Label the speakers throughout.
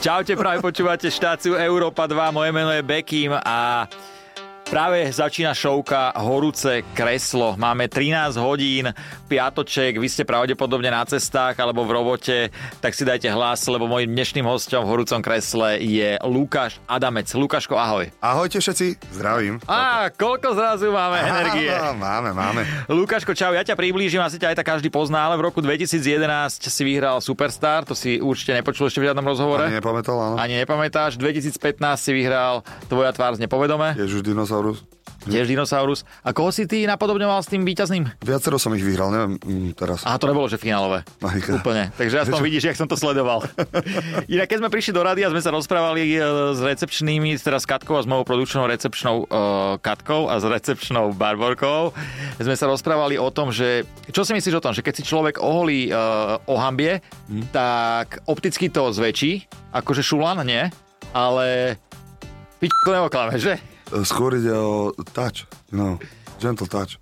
Speaker 1: Čaute, práve počúvate štáciu Európa 2, moje meno je Bekim a Práve začína šovka Horúce kreslo. Máme 13 hodín, piatoček, vy ste pravdepodobne na cestách alebo v robote, tak si dajte hlas, lebo mojim dnešným hostom v Horúcom kresle je Lukáš Adamec. Lukáško, ahoj.
Speaker 2: Ahojte všetci, zdravím.
Speaker 1: Á, koľko zrazu máme energie.
Speaker 2: Áno, máme, máme.
Speaker 1: Lukáško, čau, ja ťa priblížim, asi ťa aj tak každý pozná, ale v roku 2011 si vyhral Superstar, to si určite nepočul ešte v žiadnom rozhovore.
Speaker 2: Ani nepamätal, áno.
Speaker 1: Ani nepamätáš, 2015 si vyhral Tvoja tvár z nepovedome,
Speaker 2: Ježiš, dinosaurus.
Speaker 1: tiež Dinosaurus. A koho si ty napodobňoval s tým víťazným?
Speaker 2: Viacero som ich vyhral, neviem mm, teraz.
Speaker 1: Aha, to nebolo, že finálové.
Speaker 2: Majka.
Speaker 1: Úplne. Takže aspoň vidíš, jak som to sledoval. Inak keď sme prišli do rady a sme sa rozprávali e, s recepčnými, teraz s Katkou a s mojou produkčnou recepčnou uh, Katkou a s recepčnou Barborkou, sme sa rozprávali o tom, že čo si myslíš o tom, že keď si človek oholí uh, ohambie, tak opticky to zväčší, akože šulan, nie? Ale pič to neoklame, že?
Speaker 2: E, Skôr ide o touch, no, gentle touch.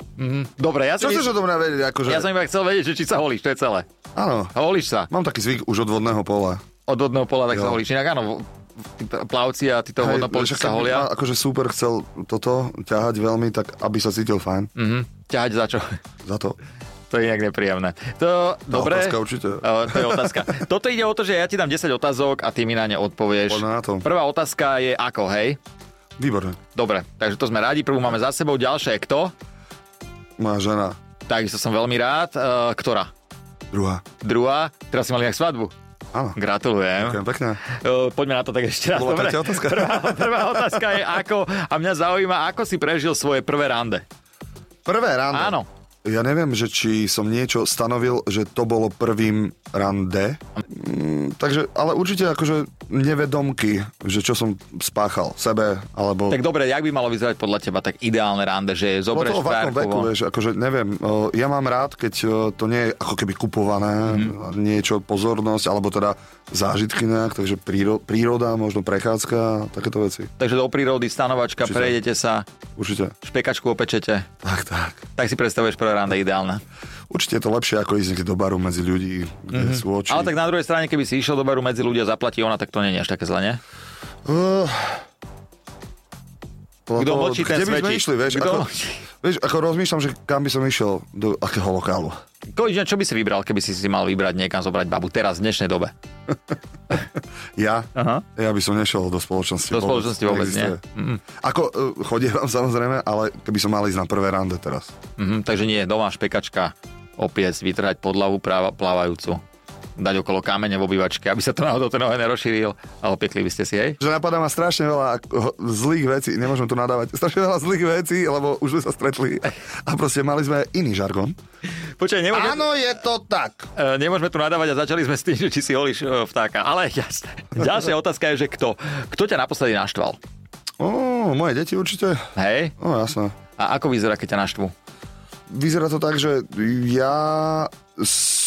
Speaker 1: Dobre, ja som,
Speaker 2: Čo chceš o tom vedieť, akože?
Speaker 1: ja som iba chcel vedieť, že či sa holíš, to je celé.
Speaker 2: Áno,
Speaker 1: Holíš sa.
Speaker 2: mám taký zvyk už od vodného pola.
Speaker 1: od vodného pola, tak sa
Speaker 2: Jo.
Speaker 1: holíš. Inak áno, vo- tí p- plavci a títo
Speaker 2: Hej,
Speaker 1: vodnopolci
Speaker 2: však
Speaker 1: sa
Speaker 2: keď by
Speaker 1: holia.
Speaker 2: ma Akože super chcel toto ťahať veľmi, tak aby sa cítil fajn
Speaker 1: Mhm. Ťahať za čo?
Speaker 2: za to.
Speaker 1: To je inak nepríjemné. To,
Speaker 2: Tá
Speaker 1: dobre.
Speaker 2: otázka určite.
Speaker 1: E, to je otázka. Toto ide o to, že ja ti dám 10 otázok a ty mi na ne odpovieš.
Speaker 2: Poďme na to.
Speaker 1: Prvá otázka je ako, hej?
Speaker 2: Výborné.
Speaker 1: Dobre, takže to sme radi. Prvú máme za sebou. Ďalšia je kto?
Speaker 2: Moja žena,
Speaker 1: Takisto som veľmi rád. E, ktorá?
Speaker 2: druhá.
Speaker 1: Druhá. Teraz si mali nejak svadbu.
Speaker 2: Áno,
Speaker 1: Gratulujem.
Speaker 2: ďakujem pekne.
Speaker 1: E, poďme na to tak ešte raz.
Speaker 2: Bola
Speaker 1: dobre?
Speaker 2: tretia otázka?
Speaker 1: Prvá, prvá otázka je ako, a mňa zaujíma, ako si prežil svoje prvé rande.
Speaker 2: Prvé rande.
Speaker 1: Áno.
Speaker 2: Ja neviem, že či som niečo stanovil, že to bolo prvým rande. Mm, takže, ale určite akože nevedomky, že čo som spáchal sebe, alebo...
Speaker 1: Tak dobre, jak by malo vyzerať podľa teba tak ideálne rande, že
Speaker 2: Bolo
Speaker 1: zobrieš
Speaker 2: No to v akom veku,
Speaker 1: tvárkovo.
Speaker 2: vieš, akože neviem, o, ja mám rád, keď o, to nie je ako keby kupované, mm.
Speaker 1: Mhm.
Speaker 2: niečo, pozornosť, alebo teda zážitky nejak, takže príro, príroda, možno prechádzka, takéto veci,
Speaker 1: Takže do prírody, stanovačka,
Speaker 2: Určite.
Speaker 1: prejdete sa,
Speaker 2: určite.
Speaker 1: špekačku opečete.
Speaker 2: Tak, tak.
Speaker 1: Tak si predstavuješ prvé rande ideálne.
Speaker 2: Určite je to lepšie, ako ísť niekde do baru medzi ľudí, kde mm-hmm. sú oči.
Speaker 1: Mhm. Ale tak na druhej strane, keby si išiel do baru medzi ľudia, zaplatí ona, tak to nie je až také zle, nie?
Speaker 2: Uh, podľa
Speaker 1: Kto
Speaker 2: toho,
Speaker 1: mlčí, ten
Speaker 2: kde by sme
Speaker 1: svedčí.
Speaker 2: išli, vieš,
Speaker 1: Kto
Speaker 2: ako,
Speaker 1: mlčí?
Speaker 2: vieš, ako rozmýšľam, že kam by som išiel, do akého lokálu.
Speaker 1: Koľko, čo by si vybral, keby si si mal vybrať niekam zobrať babu teraz, v dnešnej dobe?
Speaker 2: Ja?
Speaker 1: Aha.
Speaker 2: Ja by som nešiel do spoločnosti.
Speaker 1: Do spoločnosti vôbec nie. Mhm.
Speaker 2: neexistuje. Ako, uh, chodievam samozrejme, ale keby som mal ísť na prvé rande teraz.
Speaker 1: Mhm, takže nie, doma špekačka, opiec, vytrhať podlahu práva, plávajúcu dať okolo kamene v obývačke, aby sa to náhodou ten oheň nerozšíril a opiekli by ste si, hej?
Speaker 2: Že napadá ma strašne veľa ako, zlých vecí, nemôžem tu nadávať, strašne veľa zlých vecí, lebo už sme sa stretli a proste mali sme iný žargon.
Speaker 1: Počkaj, nemôžem...
Speaker 2: je to tak.
Speaker 1: E, nemôžeme tu nadávať a začali sme s tým, že či si holíš e, vtáka. Ale jasné. Ďalšia otázka je, že kto? Kto ťa naposledy naštval?
Speaker 2: Ó, moje deti určite.
Speaker 1: Hej?
Speaker 2: No jasné.
Speaker 1: A ako vyzerá, keď ťa naštvu?
Speaker 2: vyzerá to tak, že ja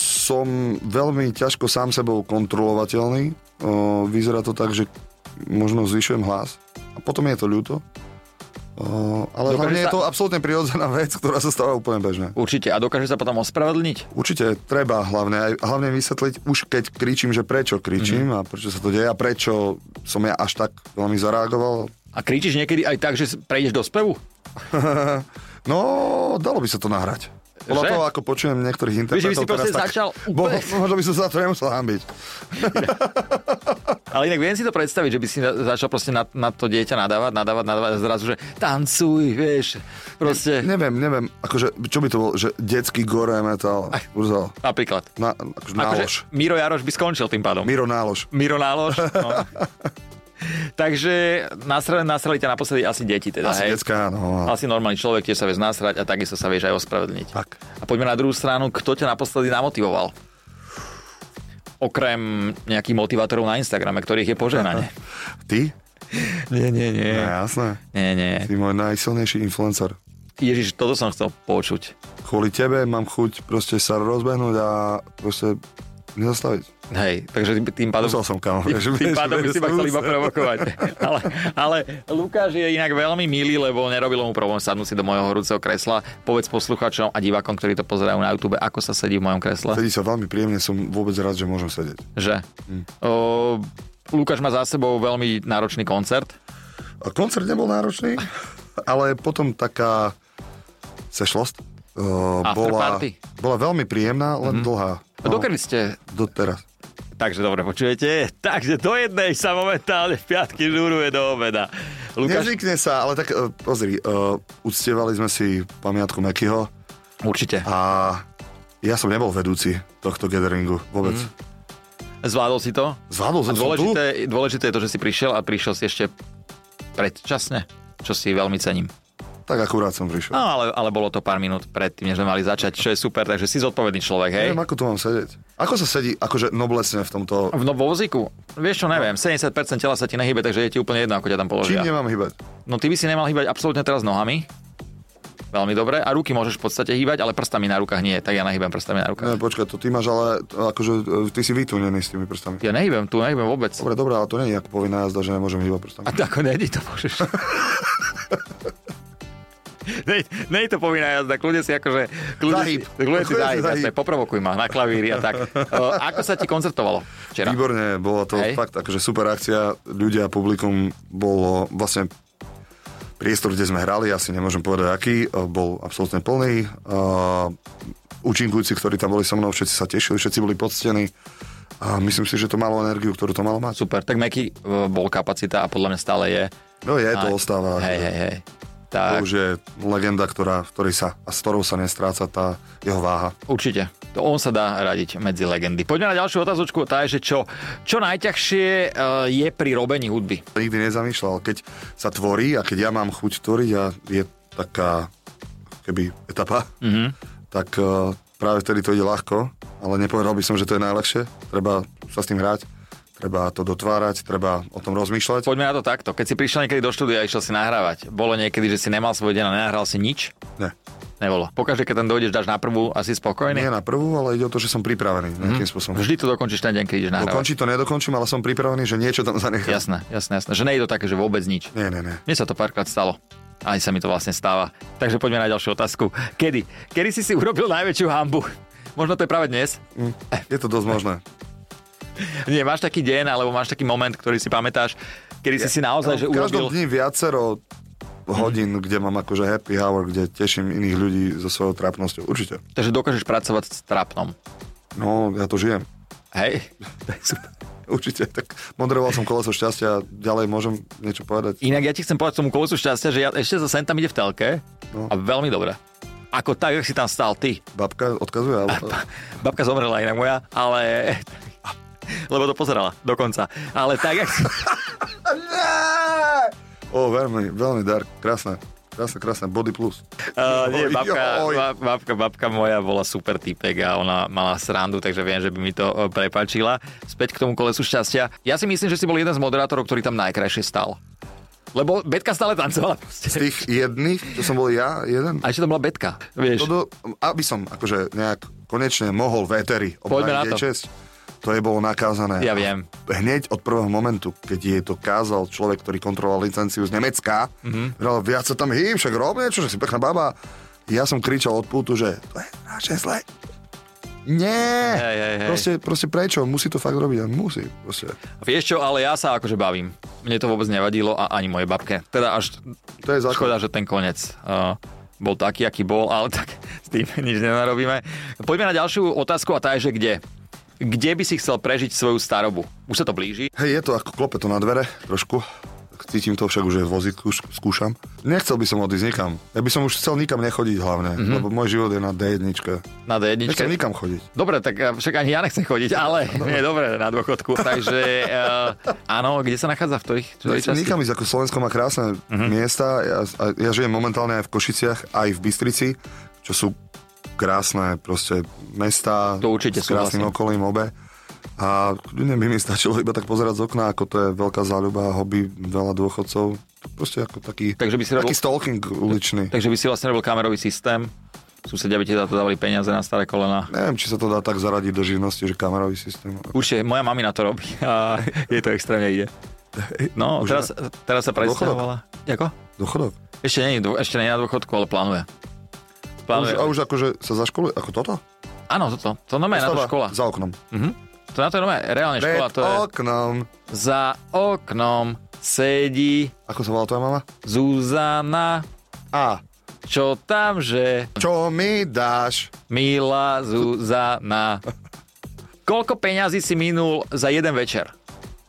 Speaker 2: som veľmi ťažko sám sebou kontrolovateľný. O, Vyzerá to tak, že možno zvyšujem hlas a potom je to ľúto. O, Ale
Speaker 1: Dokáže
Speaker 2: hlavne
Speaker 1: sa-
Speaker 2: je to absolútne prirodzená vec, ktorá sa stáva úplne bežne.
Speaker 1: Určite. A dokáže sa potom ospravedlniť?
Speaker 2: Určite treba hlavne, aj, hlavne vysvetliť už keď kričím, že prečo kričím mm-hmm. a prečo sa to deje a prečo som ja až tak veľmi zareagoval.
Speaker 1: A kričíš niekedy aj tak, že s- prejdeš do spevu?
Speaker 2: No, dalo by sa to nahrať. Podľa
Speaker 1: Že?
Speaker 2: toho, ako počujem niektorých
Speaker 1: Vieš, že by
Speaker 2: interpretov
Speaker 1: si proste
Speaker 2: teraz, tak...
Speaker 1: začal
Speaker 2: Bo,
Speaker 1: úplne-
Speaker 2: možno by som sa za to nemusel hambiť.
Speaker 1: Ale inak viem si to predstaviť, že by si na- začal proste na, na to dieťa nadávať, nadávať, nadávať a zrazu, že tancuj, vieš, proste.
Speaker 2: Neviem, neviem, akože, čo by to bol, že detský gore metal, Urzo,
Speaker 1: Napríklad.
Speaker 2: na, akože nálož.
Speaker 1: Akože Miro Jaroš by skončil tým pádom.
Speaker 2: Miro nálož.
Speaker 1: Miro Nálož. No. Takže nasrali, nasrali ťa naposledy asi deti teda,
Speaker 2: Asi
Speaker 1: hej?
Speaker 2: detská, no. A...
Speaker 1: Asi normálny človek, tiež sa vieš nasrať a takisto sa vieš aj ospravedlniť.
Speaker 2: Tak.
Speaker 1: A poďme na druhú stranu, kto ťa naposledy namotivoval? Okrem nejakých motivátorov na Instagrame, ktorých je požehnanie.
Speaker 2: Ty?
Speaker 1: nie, nie, nie.
Speaker 2: No, jasné.
Speaker 1: Nie, nie.
Speaker 2: Ty môj najsilnejší influencer.
Speaker 1: Ježiš, toto som chcel počuť.
Speaker 2: Kvôli tebe mám chuť proste sa rozbehnúť a proste nezastaviť.
Speaker 1: Hej, takže tým- tým pádom...
Speaker 2: Musel som kam.
Speaker 1: Tým pádom by si ma chcel iba provokovať. Ale, ale Lukáš je inak veľmi milý, lebo nerobilo mu problém sadnúť si do mojho horúceho kresla. Povedz posluchačom a divákom, ktorí to pozerajú na YouTube, ako sa sedí v mojom kresle. Hm.
Speaker 2: Sedí sa veľmi príjemne, som vôbec rád, že môžem sedieť.
Speaker 1: Že? O, Lukáš má za sebou veľmi náročný koncert.
Speaker 2: A koncert nebol náročný, ale potom taká sešlosť uh,
Speaker 1: After
Speaker 2: bola,
Speaker 1: party.
Speaker 2: bola veľmi príjemná, len mm-hmm. dlhá.
Speaker 1: No. Dokedy ste?
Speaker 2: Doteraz.
Speaker 1: Takže dobre, počujete? Takže do jednej sa momentálne v piatky žuruje do obeda. Lukáš,
Speaker 2: Nevznikne sa, ale tak uh, pozri, uh, uctievali sme si pamiatku Mekyho
Speaker 1: určite.
Speaker 2: a ja som nebol vedúci tohto gatheringu vôbec. Mm.
Speaker 1: Zvládol si to?
Speaker 2: Zvládol
Speaker 1: Mhm. A
Speaker 2: som som tu.
Speaker 1: dôležité, dôležité je to, že si prišiel a prišiel si ešte predčasne, čo si veľmi cením.
Speaker 2: Tak akurát som prišiel.
Speaker 1: No, ale, ale bolo to pár minút predtým, než sme mali začať, čo je super, takže si zodpovedný človek, hej?
Speaker 2: Neviem, ako tu mám sedieť. Ako sa sedí, akože noblesne v tomto...
Speaker 1: V no, vo voziku, vieš čo, neviem, 70% tela sa ti nehybe, takže je ti úplne jedno, ako ťa tam položia.
Speaker 2: No. Čím nemám hýbať?
Speaker 1: No ty by si nemal hýbať absolútne teraz nohami, veľmi dobre, a ruky môžeš v podstate hýbať, ale prstami na rukách nie, tak ja nehýbam prstami na
Speaker 2: Ne,
Speaker 1: rukách.
Speaker 2: počkaj, to ty máš ale, to akože e, ty si vytúnený s tými prstami.
Speaker 1: Ja nehýbam tu, nehýbam vôbec.
Speaker 2: Dobre, dobre, ale to nie je ako povinná jazda, že nemôžem hýbať prstami.
Speaker 1: A to ako není to môžeš. Nej, nej to povinná jazda, kľudne si akože... Kľudne
Speaker 2: Zahyb.
Speaker 1: si, kľudne si
Speaker 2: Kľudne
Speaker 1: zahyb,
Speaker 2: zahyb.
Speaker 1: jasné, poprovokuj ma na klavíri a tak. O, ako sa ti koncertovalo včera?
Speaker 2: Výborne, bola to
Speaker 1: teda? Hej.
Speaker 2: Hej. fakt akože super akcia, ľudia, publikum, bolo vlastne priestor, kde sme hrali, asi nemôžem povedať aký, e, bol absolútne plný. A účinkujúci, ktorí tam boli so mnou, všetci sa tešili, všetci boli poctení a myslím si, že to malo energiu, ktorú to malo mať.
Speaker 1: Super, tak Meky bol kapacita a podľa mňa stále je.
Speaker 2: No je, to
Speaker 1: Aj.
Speaker 2: ostáva.
Speaker 1: Hej, hej, hej.
Speaker 2: To
Speaker 1: Tak,
Speaker 2: už je legenda, ktorá, v ktorej sa, a s ktorou sa nestráca tá jeho váha.
Speaker 1: určite. To on sa dá radiť medzi legendy. Poďme na ďalšiu otázočku, tá je, že čo, čo najťažšie e, je pri robení hudby?
Speaker 2: nikdy nezamýšľal. Keď sa tvorí a keď ja mám chuť tvoriť a je taká keby etapa, mm-hmm. tak eh, práve vtedy to ide ľahko, ale nepovedal by som, že to je najľahšie. Treba sa s tým hrať, treba to dotvárať, treba o tom rozmýšľať.
Speaker 1: Poďme na to takto. Keď si prišiel niekedy do štúdia a išiel si nahrávať, bolo niekedy, že si nemal svoj deň a nenahral si nič?
Speaker 2: Ne.
Speaker 1: Nebolo. Pokaždé, keď tam dojdeš, dáš na prvú a si spokojný.
Speaker 2: Nie na prvú, ale ide o to, že som pripravený nejakým spôsobom.
Speaker 1: Vždy to dokončíš ten deň, keď ideš nahrávať.
Speaker 2: Dokončí to, nedokončím, ale som pripravený, že niečo tam zanechám.
Speaker 1: Jasné, jasné, jasné. Že nejde to také, že vôbec nič.
Speaker 2: Nie, nie, nie.
Speaker 1: Mne sa to párkrát stalo. Aj sa mi to vlastne stáva. Takže poďme na ďalšiu otázku. Kedy? Kedy si si urobil najväčšiu hambu? Možno to je práve dnes.
Speaker 2: Je to dosť možné.
Speaker 1: Nie, máš taký deň, alebo máš taký moment, ktorý si pamätáš, kedy si si naozaj, že
Speaker 2: no, v každom
Speaker 1: urobil...
Speaker 2: dni viacero hodín, kde mám akože happy hour, kde teším iných ľudí so svojou trápnosťou. Určite.
Speaker 1: Takže dokážeš pracovať s trapnom.
Speaker 2: No, ja to žijem.
Speaker 1: Hej? To je super.
Speaker 2: Určite. Tak moderoval som koleso šťastia, ďalej môžem niečo povedať.
Speaker 1: Inak ja ti chcem povedať k tomu kolesu šťastia, že ja ešte sa sem tam ide v telke no.
Speaker 2: No.
Speaker 1: a veľmi dobre. Ako tak, jak si tam stál ty.
Speaker 2: Babka odkazuje, ale...
Speaker 1: Babka zomrela inak moja, ale... Lebo to pozerala dokonca. Ale tak, jak...
Speaker 2: O, veľmi, veľmi dar, krásne. Krásne, krásne, body plus.
Speaker 1: Uh, nie,
Speaker 2: Joj,
Speaker 1: babka,
Speaker 2: joj.
Speaker 1: ba- babka, babka moja bola super typek a ona mala srandu, takže viem, že by mi to eh, prepačila. Späť k tomu kolesu šťastia. Ja si myslím, že si bol jeden z moderátorov, ktorý tam najkrajšie stal. Lebo Betka stále tancovala. proste.
Speaker 2: Z tých jedných, čo som bol ja, jeden.
Speaker 1: A ešte tam bola Betka. Vieš,
Speaker 2: Toto, aby som akože nejak konečne mohol v éteri
Speaker 1: Poďme na
Speaker 2: obhájiť jej
Speaker 1: to.
Speaker 2: česť, to je bolo nakázané.
Speaker 1: ja viem.
Speaker 2: hneď od prvého momentu, keď jej to kázal človek, ktorý kontroloval licenciu z Nemecka,
Speaker 1: Mhm.
Speaker 2: mm-hmm. viac sa tam hýb, však rob niečo, že si pekná baba. Ja som kričal od pultu, že to je naše zle. Nie!
Speaker 1: Hej, hej, hej.
Speaker 2: Proste, proste prečo? Musí to fakt robiť. a Musí. Proste.
Speaker 1: Vieš čo, ale ja sa akože bavím. Mne to vôbec nevadilo a ani mojej babke. Teda až
Speaker 2: To je základ.
Speaker 1: škoda, že ten koniec uh, bol taký, aký bol, ale tak s tým nič nenarobíme. Poďme na ďalšiu otázku a tá je, že kde? Kde by si chcel prežiť svoju starobu? Už sa to blíži.
Speaker 2: Hej, je to ako klope to na dvere, trošku. Cítim to však už je v vozíku, š- skúšam. Nechcel by som odísť nikam. Ja by som už chcel nikam nechodiť hlavne,
Speaker 1: Mhm.
Speaker 2: mm-hmm. lebo môj život je na D1.
Speaker 1: Na D1.
Speaker 2: Nechcem nikam chodiť.
Speaker 1: Dobre, tak eh, však ani ja nechcem chodiť, ale je dobre na dôchodku. Takže uh, áno, kde sa nachádza v tých
Speaker 2: Ja chcem
Speaker 1: časti?
Speaker 2: nikam ísť, ako Slovensko má krásne
Speaker 1: Mhm.
Speaker 2: uh-huh. miesta. Ja, a ja žijem momentálne aj v Košiciach, aj v Bystrici, čo sú krásne proste mestá.
Speaker 1: To určite
Speaker 2: S krásnym
Speaker 1: súhlasím.
Speaker 2: okolím obe. A ľudia by mi stačilo iba tak pozerať z okna, ako to je veľká záľuba, hobby veľa dôchodcov. Proste ako taký,
Speaker 1: Takže by si robil-
Speaker 2: taký stalking uličný.
Speaker 1: Takže by si vlastne robil kamerový systém. Susedia by ti za to dávali peniaze na staré kolena.
Speaker 2: Neviem, či sa to dá tak zaradiť do živnosti, že kamerový systém.
Speaker 1: Určite, moja mamina to robí a jej to extrémne ide. No,
Speaker 2: Už
Speaker 1: teraz, teraz sa
Speaker 2: dôchodok?
Speaker 1: presťahovala. Ako?
Speaker 2: Dôchodok.
Speaker 1: Ešte nie, je dô- ešte nie je na dôchodku, ale plánuje.
Speaker 2: A už,
Speaker 1: Plánuje.
Speaker 2: a už akože sa zaškoluje, ako toto?
Speaker 1: Áno, toto. To normálne je na to
Speaker 2: Postava
Speaker 1: škola.
Speaker 2: Za oknom.
Speaker 1: To na to je normálne reálne
Speaker 2: Pred
Speaker 1: škola, to je...
Speaker 2: oknom.
Speaker 1: Za oknom sedí
Speaker 2: Ako sa volala tvoja mama?
Speaker 1: Zuzana,
Speaker 2: A.
Speaker 1: čo tam, že
Speaker 2: Čo mi dáš?
Speaker 1: milá Zuzana. Koľko peňazí si minul za jeden večer?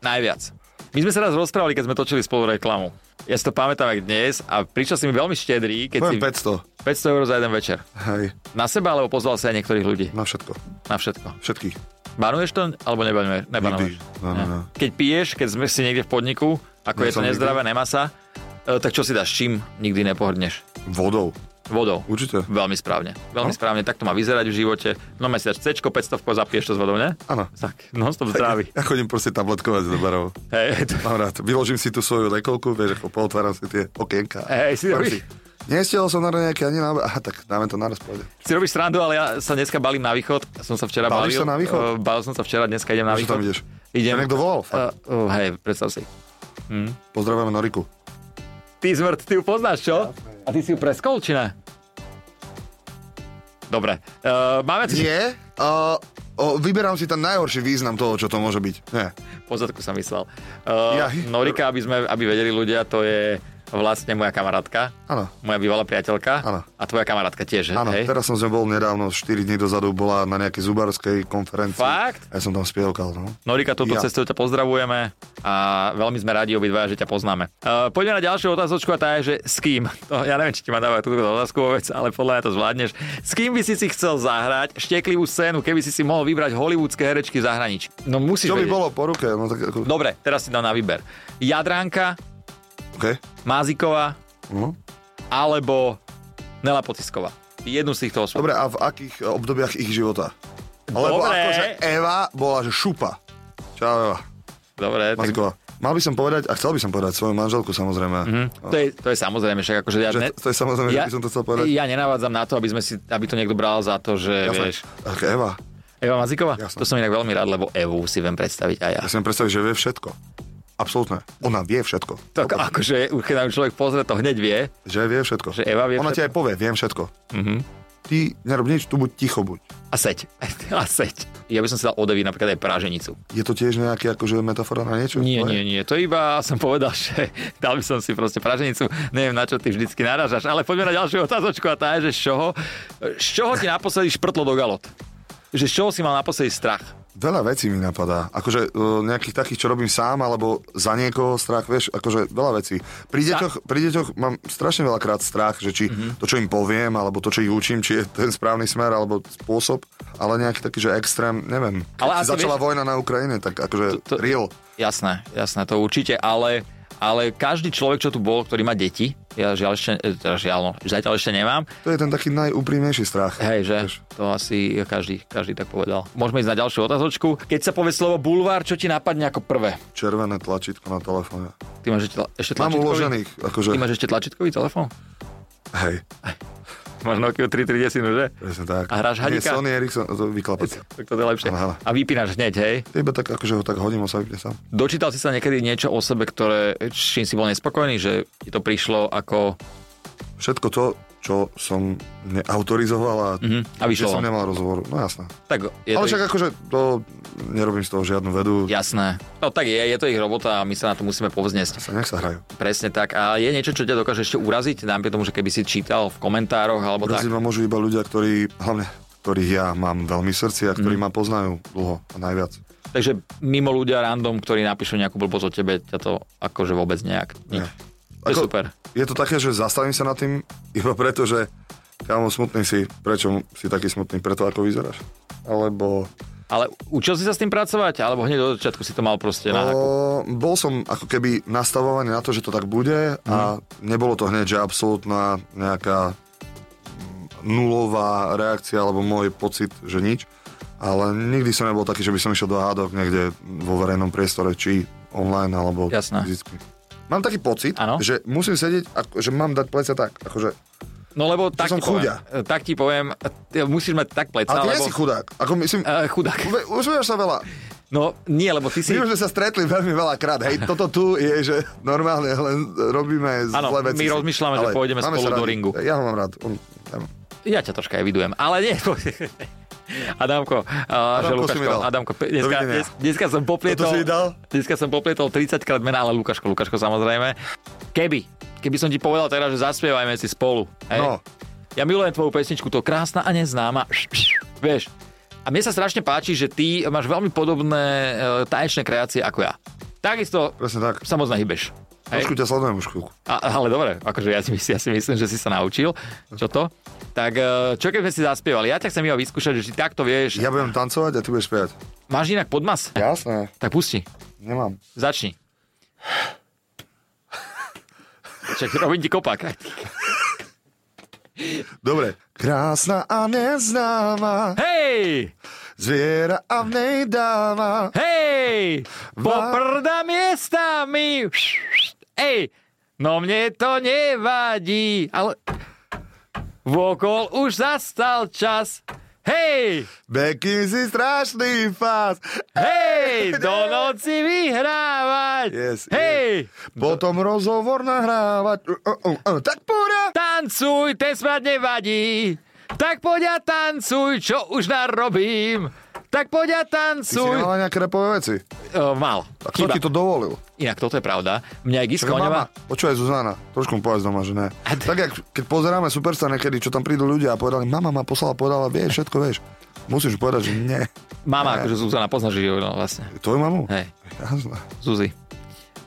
Speaker 1: Najviac. My sme sa raz rozprávali, keď sme točili spolu reklamu. Ja si to pamätám jak dnes a prišiel si mi veľmi štedrý, keď si
Speaker 2: Poviem 500.
Speaker 1: 500 eur za jeden večer.
Speaker 2: Hej,
Speaker 1: Na seba, alebo pozval si aj niektorých ľudí?
Speaker 2: na všetko.
Speaker 1: Na všetko.
Speaker 2: Všetkých.
Speaker 1: Banuješ to, alebo nebanuješ? Nebanuješ.
Speaker 2: Nikdy. No, no, no.
Speaker 1: Keď piješ, keď sme si niekde v podniku, ako
Speaker 2: Ja
Speaker 1: je to
Speaker 2: som nikdy.
Speaker 1: nezdravé, nemá sa, e, tak čo si dáš? Čím nikdy nepohrdneš?
Speaker 2: Vodou.
Speaker 1: Vodou.
Speaker 2: Určite.
Speaker 1: Veľmi správne. Veľmi
Speaker 2: No.
Speaker 1: správne, tak to má vyzerať v živote. No si dáš cečko, 500 zapiješ to s vodou, ne?
Speaker 2: Áno.
Speaker 1: Tak, non stop zdraví.
Speaker 2: Ja chodím proste tabletkovať do barov.
Speaker 1: Hej, to-
Speaker 2: Mám rád. Vyložím si tú svoju lekolku, vieš, ako pootváram si tie okienka.
Speaker 1: Hej, si
Speaker 2: Poviem
Speaker 1: robíš-
Speaker 2: Nestihol som na nejaké ani na... Aha, tak dáme to naraz, pôjde.
Speaker 1: si robíš srandu, ale ja sa dneska balím na východ. Som sa včera balil.
Speaker 2: Balíš sa na východ?
Speaker 1: e, Balil som sa včera, dneska idem na
Speaker 2: Čo
Speaker 1: východ.
Speaker 2: tam ideš?
Speaker 1: Idem.
Speaker 2: Čo niekto volal?
Speaker 1: E, e, hej, predstav si.
Speaker 2: Pozdravujeme Noriku.
Speaker 1: Ty zmrt, ty ju poznáš, čo? A ty si ju preskol, či ne? Dobre. Uh, máme tu...
Speaker 2: Nie, uh, o, vyberám si ten najhorší význam toho, čo to môže byť. Nie.
Speaker 1: Pozadku som myslel. Uh,
Speaker 2: Jaj.
Speaker 1: Norika, aby, sme, aby vedeli ľudia, to je vlastne moja kamarátka.
Speaker 2: Áno.
Speaker 1: Moja bývalá priateľka.
Speaker 2: Áno.
Speaker 1: A tvoja kamarátka tiež,
Speaker 2: Áno,
Speaker 1: hej?
Speaker 2: teraz som sme bol nedávno, 4 dní dozadu bola na nejakej zubarskej konferencii.
Speaker 1: Fakt?
Speaker 2: A Ja som tam spievkal, no.
Speaker 1: Norika, touto
Speaker 2: Ja.
Speaker 1: cestou ťa pozdravujeme a veľmi sme radi obidvaja, že ťa poznáme. Uh, poďme na ďalšiu otázočku a tá je, že s kým? No, ja neviem, či ti ma dávajú túto otázku vôbec, ale podľa mňa to zvládneš. S kým by si si chcel zahrať šteklivú scénu, keby si si mohol vybrať hollywoodské herečky v zahraničí? No musíš
Speaker 2: Čo by
Speaker 1: vedieť.
Speaker 2: bolo po ruke? No tak ako...
Speaker 1: Dobre, teraz si dám na výber. Jadranka,
Speaker 2: OK.
Speaker 1: Máziková
Speaker 2: No.
Speaker 1: alebo Nela Pocisková. Jednu z týchto osôb.
Speaker 2: Dobre, a v akých eh, obdobiach ich života? Lebo
Speaker 1: Dobre.
Speaker 2: akože Eva bola, že šupa. Čau, Eva.
Speaker 1: Dobre, tak...
Speaker 2: Maziková. Mal by som povedať, a chcel by som povedať svoju manželku samozrejme. Mm-hmm.
Speaker 1: To je, to je samozrejme, však akože ja,
Speaker 2: Že
Speaker 1: ne,
Speaker 2: to, to je samozrejme, ja, že by som to chcel povedať.
Speaker 1: ja nenavádzam na to, aby, sme si, aby to niekto bral za to, že
Speaker 2: Jasné.
Speaker 1: vieš,
Speaker 2: Tak Eva,
Speaker 1: Eva Maziková?
Speaker 2: Jasné.
Speaker 1: To som inak veľmi rád, lebo Evu si viem predstaviť aj ja.
Speaker 2: ja si viem predstaviť, že vie všetko. Absolútne. Ona vie všetko.
Speaker 1: Tak akože, už keď nám človek pozrie, to hneď vie.
Speaker 2: Že vie všetko.
Speaker 1: Že Eva vie
Speaker 2: Ona
Speaker 1: všetko.
Speaker 2: ti
Speaker 1: Mhm.
Speaker 2: aj povie, viem všetko. Mm-hmm. Ty nerob nič, tu buď ticho buď.
Speaker 1: A seď. A seď. Ja by som si dal odeviť napríklad aj práženicu.
Speaker 2: Je to tiež nejaký akože metafora na niečo?
Speaker 1: Nie,
Speaker 2: To je-
Speaker 1: nie, nie. To iba som povedal, že dal by som si proste praženicu. Neviem, na čo ty vždycky naražaš. Ale poďme na ďalšiu otázočku a tá je, že z čoho, z čoho ti naposledy šprtlo do galot? Že z čoho si mal naposledy strach?
Speaker 2: Veľa vecí mi napadá. Akože e, nejakých takých, čo robím sám, alebo za niekoho strach, vieš, akože veľa vecí. Pri deťoch, pri deťoch mám strašne veľakrát strach, že či
Speaker 1: Mhm.
Speaker 2: mm-hmm. to, čo im poviem, alebo to, čo ich učím, či je ten správny smer, alebo spôsob, ale nejaký taký, že extrém, neviem. Keď
Speaker 1: Ale
Speaker 2: ale
Speaker 1: asi
Speaker 2: začala
Speaker 1: vieš-
Speaker 2: vojna na Ukrajine, tak akože
Speaker 1: To- to-
Speaker 2: real.
Speaker 1: Jasné, jasné, to určite, ale, ale každý človek, čo tu bol, ktorý má deti, ja žiaľ ešte, e, teda žiaľ, no, zatiaľ ešte nemám,
Speaker 2: To je ten taký najúprimnejší strach.
Speaker 1: Hej, že? To asi každý, každý tak povedal. Môžeme ísť na ďalšiu otázočku. Keď sa povie slovo bulvár, čo ti napadne ako prvé?
Speaker 2: Červené tlačítko na telefóne.
Speaker 1: Ty máš ešte, tla- ešte
Speaker 2: Mám
Speaker 1: tlačítkový?
Speaker 2: uložených, akože,
Speaker 1: Ty máš ešte tlačítkový telefón?
Speaker 2: hej,
Speaker 1: Máš Nokia 330, že?
Speaker 2: presne tak.
Speaker 1: A hráš
Speaker 2: Nie,
Speaker 1: hadika?
Speaker 2: Sony Ericsson, to vyklapať.
Speaker 1: Tak to je lepšie.
Speaker 2: Aha.
Speaker 1: A vypínaš hneď, hej?
Speaker 2: Iba tak, akože ho tak hodím, on sa vypne sám.
Speaker 1: Dočítal si sa niekedy niečo o sebe, ktoré, s čím si bol nespokojný, že ti to prišlo ako...
Speaker 2: všetko to, čo som neautorizoval a,
Speaker 1: Mhm, a vyšlo
Speaker 2: kde som
Speaker 1: von.
Speaker 2: nemal rozhovor. No jasné.
Speaker 1: Tak je
Speaker 2: Ale
Speaker 1: to
Speaker 2: však
Speaker 1: ich...
Speaker 2: akože to nerobím z toho žiadnu vedu. Ja.
Speaker 1: Jasné. No tak je, je to ich robota a my sa na to musíme povzniesť.
Speaker 2: Sa nech sa hrajú.
Speaker 1: Presne tak. A je niečo, čo ťa dokáže ešte uraziť? Dám tomu, že keby si čítal v komentároch alebo
Speaker 2: Uraziť
Speaker 1: tak.
Speaker 2: ma môžu iba ľudia, ktorí, hlavne ktorých ja mám veľmi v srdci a
Speaker 1: Mhm.
Speaker 2: ktorí ma poznajú dlho a najviac.
Speaker 1: Takže mimo ľudia random, ktorí napíšu nejakú blbosť o tebe, ťa to akože vôbec nejak... Nič.
Speaker 2: Nie.
Speaker 1: To je
Speaker 2: Ako-
Speaker 1: super.
Speaker 2: Je to také, že zastavím sa nad tým iba preto, že kámo, smutný si, prečo si taký smutný, preto ako vyzeráš? Alebo
Speaker 1: Ale učil si sa s tým pracovať? Alebo hneď od začiatku si to mal proste na haku?
Speaker 2: O, bol som ako keby nastavovaný na to, že to tak bude a
Speaker 1: Mhm.
Speaker 2: nebolo to hneď, že absolútna nejaká mm, nulová reakcia alebo môj pocit, že nič. Ale nikdy som nebol taký, že by som išiel do hádok niekde vo verejnom priestore, či online alebo
Speaker 1: Jasné.
Speaker 2: fyzicky. Mám taký pocit,
Speaker 1: Áno.
Speaker 2: že musím sedieť, ako, že mám dať plecia tak. Akože,
Speaker 1: No lebo tak
Speaker 2: som
Speaker 1: ti, poviem, E,
Speaker 2: chudia.
Speaker 1: tak ti poviem, ty musíš mať tak pleca,
Speaker 2: ale ty
Speaker 1: lebo...
Speaker 2: nie si chudák. Ako myslím,
Speaker 1: Eh, chudák.
Speaker 2: uve- uzmeješ sa veľa.
Speaker 1: No nie, lebo ty si...
Speaker 2: My už sme sa stretli veľmi veľakrát. Hej, toto tu je, že normálne len robíme
Speaker 1: Áno,
Speaker 2: zlé veci.
Speaker 1: my rozmýšľame, že pôjdeme
Speaker 2: máme
Speaker 1: spolu
Speaker 2: sa
Speaker 1: do
Speaker 2: radi.
Speaker 1: ringu.
Speaker 2: Ja ho mám rád. On, ja.
Speaker 1: Ja ťa troška evidujem, ale nie. Adamko, uh, že
Speaker 2: Adamko si mi
Speaker 1: Lukáško,
Speaker 2: dal.
Speaker 1: Adamko, pe- dneska,
Speaker 2: Dovidenia.
Speaker 1: dnes, dneska som poplietol,
Speaker 2: Toto si mi dal?
Speaker 1: dneska som poplietol 30 krát mená, ale Lukáško, Lukáško samozrejme. Keby, keby som ti povedal teraz, že zaspievajme si spolu. Hej?
Speaker 2: No.
Speaker 1: Ja milujem tvoju pesničku, to krásna a neznáma. Vieš, a mne sa strašne páči, že ty máš veľmi podobné e, tanečné kreácie ako ja. Takisto
Speaker 2: Presne tak.
Speaker 1: sa moc nahybeš. Hej?
Speaker 2: Trošku ťa sledujem už chvíľku.
Speaker 1: A, ale dobre, akože ja si, myslím, ja si myslím, že si sa naučil, čo to. Tak e, čo keď sme si zaspievali? Ja ťa chcem iba vyskúšať, že ty takto vieš.
Speaker 2: Ja budem tancovať a ty budeš spievať.
Speaker 1: Máš inak podmas?
Speaker 2: Jasné,
Speaker 1: Tak pusti,
Speaker 2: nemám.
Speaker 1: začni. Čak, robím ti kopák.
Speaker 2: Dobre. Krásna a neznáma,
Speaker 1: Hej!
Speaker 2: zviera a v nej dáma.
Speaker 1: Hej!
Speaker 2: Va-
Speaker 1: Poprda miestami! Ej! No mne to nevadí, ale... Vokol už zastal čas. Hej!
Speaker 2: Beky si strašný fás.
Speaker 1: Hej! Do noci vyhrávať!
Speaker 2: Yes,
Speaker 1: Hej!
Speaker 2: Potom rozhovor nahrávať. Uh, uh, uh, uh. Tak pôjde.
Speaker 1: Tancuj, ten smrad nevadí. Tak poď a tancuj, čo už narobím. Tak poď a
Speaker 2: Ty si
Speaker 1: tancuj.
Speaker 2: nemala nejaké repové veci.
Speaker 1: Uh, mal.
Speaker 2: A kto
Speaker 1: Chyba.
Speaker 2: ti to dovolil?
Speaker 1: Inak toto je pravda. Mňa aj
Speaker 2: Čaká,
Speaker 1: Gisko
Speaker 2: mama,
Speaker 1: nemá...
Speaker 2: počúvaj Zuzana, trošku mu povedz doma, že ne.
Speaker 1: A d-
Speaker 2: Tak jak, keď pozeráme Superstar niekedy, čo tam prídu ľudia a povedali, mama ma poslala, povedala, vieš, všetko vieš. Musíš povedať, že nie.
Speaker 1: Mama, akože Zuzana, poznáš ju no, vlastne.
Speaker 2: Tvoju mamu?
Speaker 1: Hej,
Speaker 2: Jasné.
Speaker 1: Zuzi.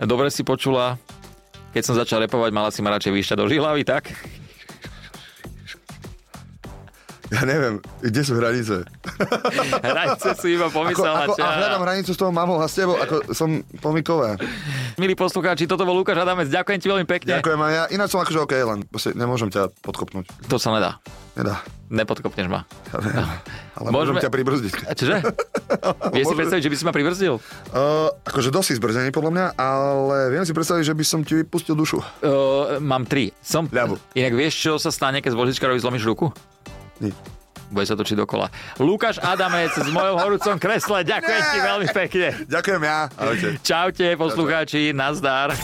Speaker 1: Dobre si počula, keď som začal repovať, mala si ma radšej vyšťať do žihlavy, tak?
Speaker 2: Ja neviem, kde sú hranice.
Speaker 1: Hranice si iba
Speaker 2: Ako,
Speaker 1: pomyslela.
Speaker 2: ako, a
Speaker 1: čá.
Speaker 2: hľadám hranicu s tou mamou a s tebou, ako som pomikové.
Speaker 1: Milí poslucháči, toto bol Lukáš Adamec, ďakujem ti veľmi pekne.
Speaker 2: Ďakujem aj ja. Ináč som akože OK, len proste nemôžem ťa podkopnúť.
Speaker 1: To sa nedá,
Speaker 2: Nedá.
Speaker 1: nepodkopneš ma.
Speaker 2: Ja viem. Ale
Speaker 1: No. Môžeme-
Speaker 2: môžem ťa pribrzdiť.
Speaker 1: A Čože? Vieš si
Speaker 2: Môžeme-
Speaker 1: predstaviť, že by si ma pribrzdil?
Speaker 2: Uh, akože dosť zbrzený podľa mňa, ale viem si predstaviť, že by som ti vypustil dušu.
Speaker 1: Uh, mám tri. Som...
Speaker 2: Ľavú.
Speaker 1: Inak vieš, čo sa stane, keď zložičkarovi zlomíš ruku?
Speaker 2: Nič.
Speaker 1: Bude sa točiť dokola. Lukáš Adamec s mojou horúcom kresle, ďakujem ti veľmi pekne.
Speaker 2: Ďakujem ja. Ahojte.
Speaker 1: Čaute, poslucháči, nazdar.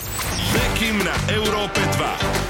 Speaker 3: Bekim na Európe 2.